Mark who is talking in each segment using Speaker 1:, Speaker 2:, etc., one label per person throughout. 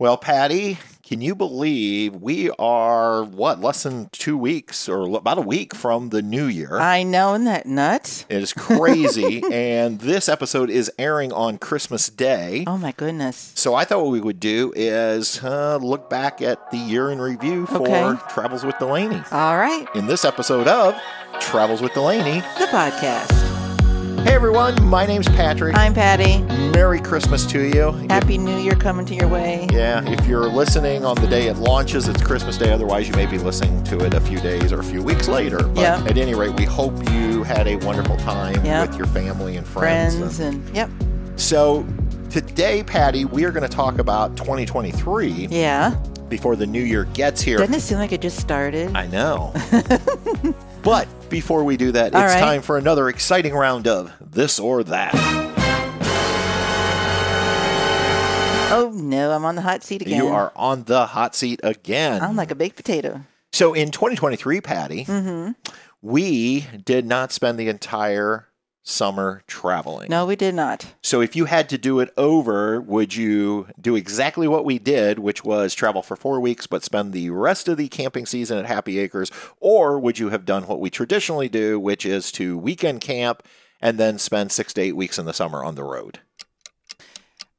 Speaker 1: Well, Patty, can you believe we are what less than two weeks or l- about a week from the new year?
Speaker 2: I know, and that nut?
Speaker 1: it is crazy, and this episode is airing on Christmas Day.
Speaker 2: Oh my goodness.
Speaker 1: So I thought what we would do is uh, look back at the year in review for
Speaker 2: Okay.
Speaker 1: Travels with Delaney.
Speaker 2: All right,
Speaker 1: In this episode of Travels with Delaney,
Speaker 2: the podcast.
Speaker 1: hey everyone, my name's Patrick.
Speaker 2: I'm Patty.
Speaker 1: Merry Christmas to you.
Speaker 2: Happy New Year coming to your way.
Speaker 1: Yeah, if you're listening on the day it launches, it's Christmas Day. Otherwise, you may be listening to it a few days or a few weeks later. But
Speaker 2: Yeah.
Speaker 1: at any rate, we hope you had a wonderful time
Speaker 2: Yeah.
Speaker 1: with your family and friends.
Speaker 2: Friends and yep,
Speaker 1: So, today, Patty, we are going to talk about 2023
Speaker 2: yeah.
Speaker 1: before the new year gets here.
Speaker 2: Doesn't it seem like it just started?
Speaker 1: I know. but before we do that,
Speaker 2: All
Speaker 1: it's
Speaker 2: right.
Speaker 1: time for another exciting round of This or That.
Speaker 2: Oh no, I'm on the hot seat again.
Speaker 1: You are on the hot seat again.
Speaker 2: I'm like a baked potato.
Speaker 1: So in 2023, Patty,
Speaker 2: Mm-hmm.
Speaker 1: we did not spend the entire summer traveling.
Speaker 2: No, we did not.
Speaker 1: So if you had to do it over, would you do exactly what we did, which was travel for four weeks but spend the rest of the camping season at Happy Acres, or would you have done what we traditionally do, which is to weekend camp and then spend six to eight weeks in the summer on the road?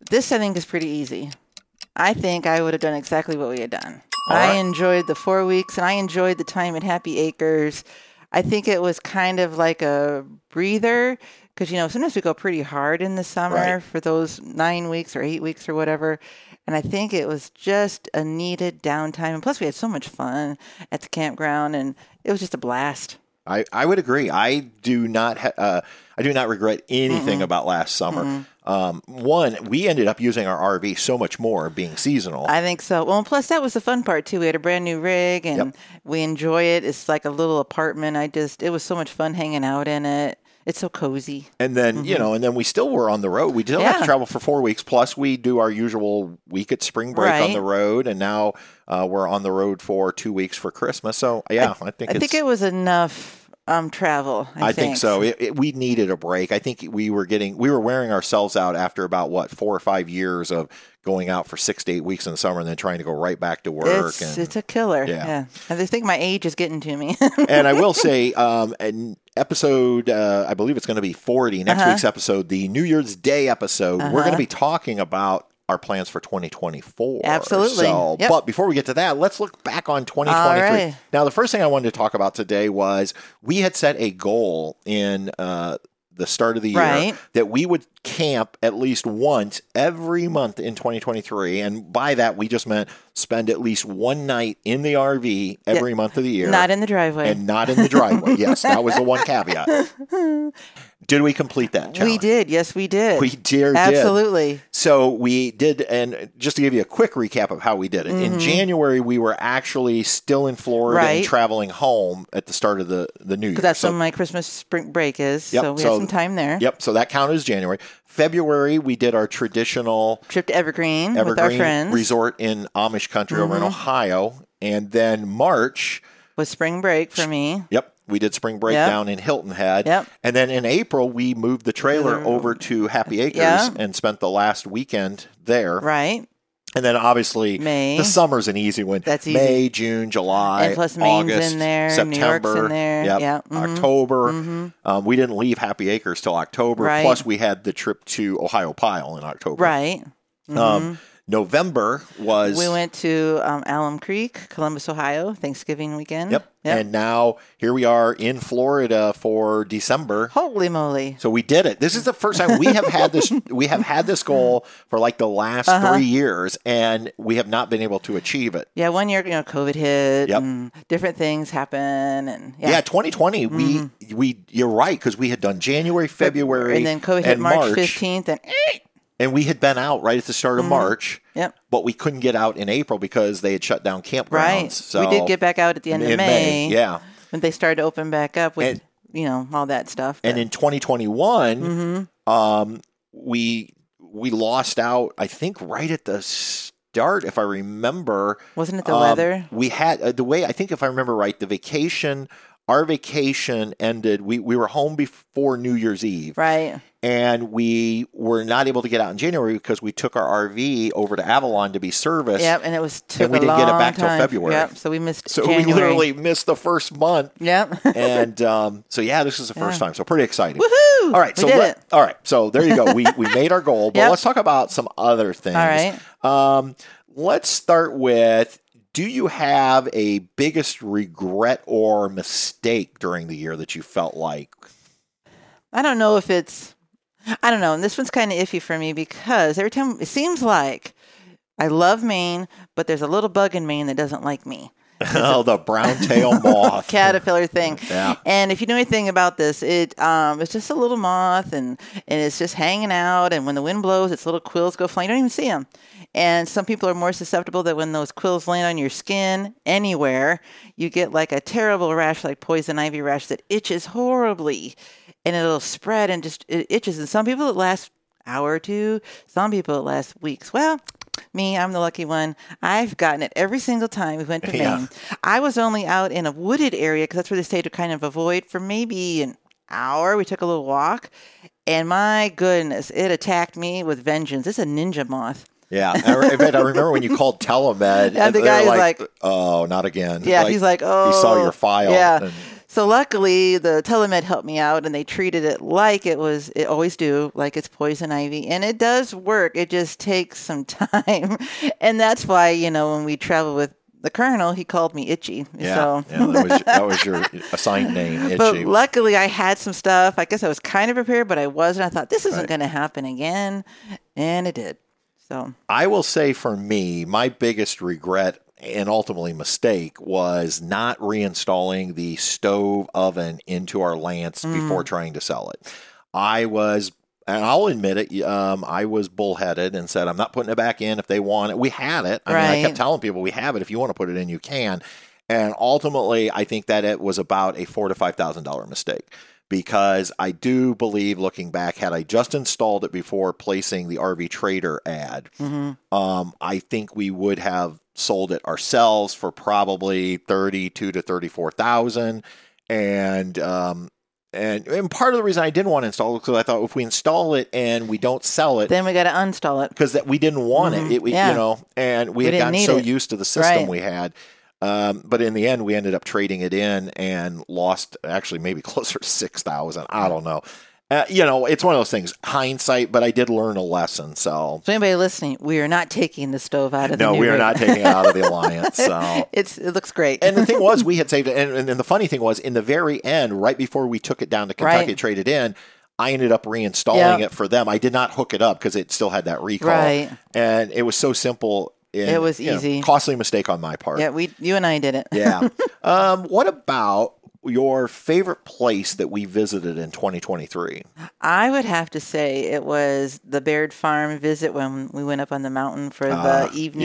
Speaker 2: This I think is pretty easy. I think I would have done exactly what we had done.
Speaker 1: All
Speaker 2: I
Speaker 1: right.
Speaker 2: enjoyed the four weeks and I enjoyed the time at Happy Acres. I think it was kind of like a breather because, you know, sometimes we go pretty hard in the summer
Speaker 1: Right.
Speaker 2: for those nine weeks or eight weeks or whatever. And I think it was just a needed downtime. And plus, we had so much fun at the campground and it was just a blast.
Speaker 1: I, I would agree. I do not ha- uh, I do not regret anything about last summer. Um, one, we ended up using our RV so much more being seasonal.
Speaker 2: I think so. Well, and plus that was the fun part too. We had a brand new rig, and we enjoy it. It's like a little apartment. I just it was so much fun hanging out in it. It's so cozy.
Speaker 1: And then, you know, and then we still were on the road. We still have to
Speaker 2: Mm-hmm. Yeah.
Speaker 1: travel for four weeks. Plus, we do our usual week at spring break on
Speaker 2: Right.
Speaker 1: the road. And now uh, we're on the road for two weeks for Christmas. So, yeah, I, think
Speaker 2: I
Speaker 1: it's.
Speaker 2: think it was enough um travel. I,
Speaker 1: I think so. It, it, we needed a break. I think we were getting, we were wearing ourselves out after about what four or five years of going out for six to eight weeks in the summer and then trying to go right back to work.
Speaker 2: It's
Speaker 1: and,
Speaker 2: it's a killer.
Speaker 1: Yeah.
Speaker 2: Yeah. And I think my age is getting to me.
Speaker 1: and I will say, um, an episode, uh, I believe it's going to be 40, next
Speaker 2: Uh-huh.
Speaker 1: week's episode, the New Year's Day episode, we're
Speaker 2: Uh-huh.
Speaker 1: going to be talking about our plans for 2024.
Speaker 2: Absolutely.
Speaker 1: So,
Speaker 2: Yep.
Speaker 1: But before we get to that, let's look back on 2023.
Speaker 2: All right.
Speaker 1: Now, the first thing I wanted to talk about today was we had set a goal in uh, the start of the year
Speaker 2: Right.
Speaker 1: that we would camp at least once every month in 2023. And by that, we just meant spend at least one night in the RV every month of the year
Speaker 2: Not in the driveway.
Speaker 1: and not in the driveway. yes, that was the one caveat. Did we complete that? Challenge?
Speaker 2: we did. Yes, we did.
Speaker 1: We dear did.
Speaker 2: Absolutely.
Speaker 1: So we did, and just to give you a quick recap of how we did it. In January, we were actually still in Florida and
Speaker 2: Mm-hmm. Right.
Speaker 1: traveling home at the start of the the new year.
Speaker 2: Because that's
Speaker 1: So-
Speaker 2: when my Christmas spring break is.
Speaker 1: Yep,
Speaker 2: so we
Speaker 1: so-
Speaker 2: had some time there.
Speaker 1: Yep. So that counted as January. February, we did our traditional
Speaker 2: Trip to Evergreen, with our
Speaker 1: Evergreen
Speaker 2: friends Mm-hmm.
Speaker 1: resort in Amish country over in Ohio, and then March.
Speaker 2: was spring break for me.
Speaker 1: Yep. We did spring break
Speaker 2: Yep.
Speaker 1: down in Hilton Head.
Speaker 2: Yep. Mm-hmm.
Speaker 1: And then in April, we moved the trailer over to Happy Acres
Speaker 2: Yeah.
Speaker 1: and spent the last weekend there.
Speaker 2: Right.
Speaker 1: And then obviously,
Speaker 2: May.
Speaker 1: the summer's an easy one.
Speaker 2: That's
Speaker 1: May, June, July,
Speaker 2: And plus Maine's
Speaker 1: August,
Speaker 2: in there, New York's
Speaker 1: September.
Speaker 2: in there.
Speaker 1: Yep.
Speaker 2: Yeah, mhm.
Speaker 1: October. Um, we didn't leave Happy Acres till October.
Speaker 2: Right.
Speaker 1: Plus, we had the trip to Ohio Pile in October.
Speaker 2: Right. Mm-hmm.
Speaker 1: Um, November was.
Speaker 2: We went to um, Alum Creek, Columbus, Ohio, Thanksgiving weekend.
Speaker 1: Yep. And now here we are in Florida for December.
Speaker 2: Holy moly.
Speaker 1: So we did it. This is the first time we have had this. We have had this goal for like the last
Speaker 2: Uh-huh.
Speaker 1: three years, and we have not been able to achieve it.
Speaker 2: Yeah, one year, you know, COVID hit
Speaker 1: Yep.
Speaker 2: and different things happen. And
Speaker 1: Yeah,
Speaker 2: yeah, Mm-hmm.
Speaker 1: 2020. We we you're right because we had done January, February,
Speaker 2: and then COVID hit
Speaker 1: and
Speaker 2: March 15th. And eh,
Speaker 1: and we had been out right at the start
Speaker 2: Mm-hmm.
Speaker 1: of March.
Speaker 2: Yep.
Speaker 1: But we couldn't get out in April because they had shut down campgrounds.
Speaker 2: right.
Speaker 1: So
Speaker 2: we did get back out at the end of
Speaker 1: in
Speaker 2: May,
Speaker 1: Yeah.
Speaker 2: when they started to open back up with,
Speaker 1: And-
Speaker 2: you know, all that stuff.
Speaker 1: and in 2021
Speaker 2: Mm-hmm.
Speaker 1: um, we we lost out i think right at the start if i remember
Speaker 2: Wasn't it the
Speaker 1: Um,
Speaker 2: weather?
Speaker 1: we had uh, the way i think if i remember right the vacation our vacation ended. We we were home before New Year's Eve,
Speaker 2: Right.
Speaker 1: and we were not able to get out in January because we took our RV over to Avalon to be serviced.
Speaker 2: Yep. And it was took
Speaker 1: And we
Speaker 2: a
Speaker 1: didn't get it
Speaker 2: long
Speaker 1: back till
Speaker 2: time.
Speaker 1: February.
Speaker 2: Yep. So we missed.
Speaker 1: So
Speaker 2: January.
Speaker 1: we literally missed the first month,
Speaker 2: Yep.
Speaker 1: and um, so yeah, this is the first time. So pretty exciting.
Speaker 2: Woohoo!
Speaker 1: All right,
Speaker 2: We
Speaker 1: so
Speaker 2: did
Speaker 1: let-
Speaker 2: it.
Speaker 1: all right, so there you go. We we made our goal, but
Speaker 2: Yep.
Speaker 1: let's talk about some other things. Um, let's start with do you have a biggest regret or mistake during the year that you felt like?
Speaker 2: I don't know if it's, I don't know. And this one's kind of iffy for me because every time it seems like I love Maine, but there's a little bug in Maine that doesn't like me.
Speaker 1: oh, the brown tail moth.
Speaker 2: Caterpillar thing.
Speaker 1: Yeah.
Speaker 2: And if you know anything about this, it um, it's just a little moth, and and it's just hanging out. And when the wind blows, its little quills go flying. You don't even see them. And some people are more susceptible that when those quills land on your skin anywhere, you get like a terrible rash, like poison ivy rash, that itches horribly, and it'll spread and just it itches. And some people it lasts hour or two. Some people it lasts weeks. Well. Me, I'm the lucky one. I've gotten it every single time we went to
Speaker 1: Yeah.
Speaker 2: Maine. I was only out in a wooded area because that's where they stayed to kind of avoid for maybe an hour. We took a little walk, and my goodness, it attacked me with vengeance. It's a ninja moth.
Speaker 1: Yeah, I, re- in fact, I remember when you called telemed,
Speaker 2: Yeah, the
Speaker 1: they're
Speaker 2: guy is like-
Speaker 1: "Oh, not again."
Speaker 2: Yeah, he's like, oh,
Speaker 1: he saw your file.
Speaker 2: Yeah.
Speaker 1: and-
Speaker 2: so luckily, the telemed helped me out, and they treated it like it was. It always do, like it's poison ivy, and it does work. It just takes some time, and that's why you know when we travel with the colonel, he called me itchy.
Speaker 1: yeah,
Speaker 2: so
Speaker 1: yeah, that was that was your assigned name. Itchy.
Speaker 2: But luckily, I had some stuff. I guess I was kind of prepared, but I wasn't. I thought this isn't
Speaker 1: Right.
Speaker 2: going to happen again, and it did. So
Speaker 1: I will say for me, my biggest regret and ultimately mistake was not reinstalling the stove oven into our Lance before trying to sell it. I was, and I'll admit it, um, I was bullheaded and said, I'm not putting it back in if they want it. We had it. I mean, I
Speaker 2: Right.
Speaker 1: kept telling people we have it. If you want to put it in, you can. And ultimately, I think that it was about a four to five thousand dollar mistake because I do believe, looking back, had I just installed it before placing the RV Trader ad,
Speaker 2: mhm.
Speaker 1: um, I think we would have sold it ourselves for probably thirty-two to thirty-four thousand, and um, and and part of the reason I didn't want to install it because I thought if we install it and we don't sell it.
Speaker 2: then we got to install it.
Speaker 1: because that we didn't want
Speaker 2: Mhm.
Speaker 1: it, it we,
Speaker 2: Yeah.
Speaker 1: you know, and we,
Speaker 2: We
Speaker 1: had
Speaker 2: didn't
Speaker 1: gotten
Speaker 2: need
Speaker 1: so
Speaker 2: it.
Speaker 1: used to the system
Speaker 2: Right.
Speaker 1: we had. Um, but in the end, we ended up trading it in and lost actually maybe closer to six thousand. I don't know. Uh, you know, it's one of those things, hindsight. But I did learn a lesson, so
Speaker 2: So anybody listening, we are not taking the stove out of the
Speaker 1: no,
Speaker 2: new
Speaker 1: we are
Speaker 2: room.
Speaker 1: not taking it out of the alliance. So.
Speaker 2: it's it looks great.
Speaker 1: And the thing was, we had saved it. And, and, and the funny thing was, in the very end, right before we took it down to Kentucky,
Speaker 2: Right.
Speaker 1: traded in, I ended up reinstalling
Speaker 2: Yep.
Speaker 1: it for them. I did not hook it up because it still had that recall.
Speaker 2: Right.
Speaker 1: And it was so simple. and,
Speaker 2: It was
Speaker 1: you know,
Speaker 2: easy.
Speaker 1: costly mistake on my part.
Speaker 2: yeah, we you and I did it.
Speaker 1: yeah. Um, what about your favorite place that we visited in 2023?
Speaker 2: I would have to say it was the Baird Farm visit when we went up on the mountain for
Speaker 1: Ah,
Speaker 2: the evening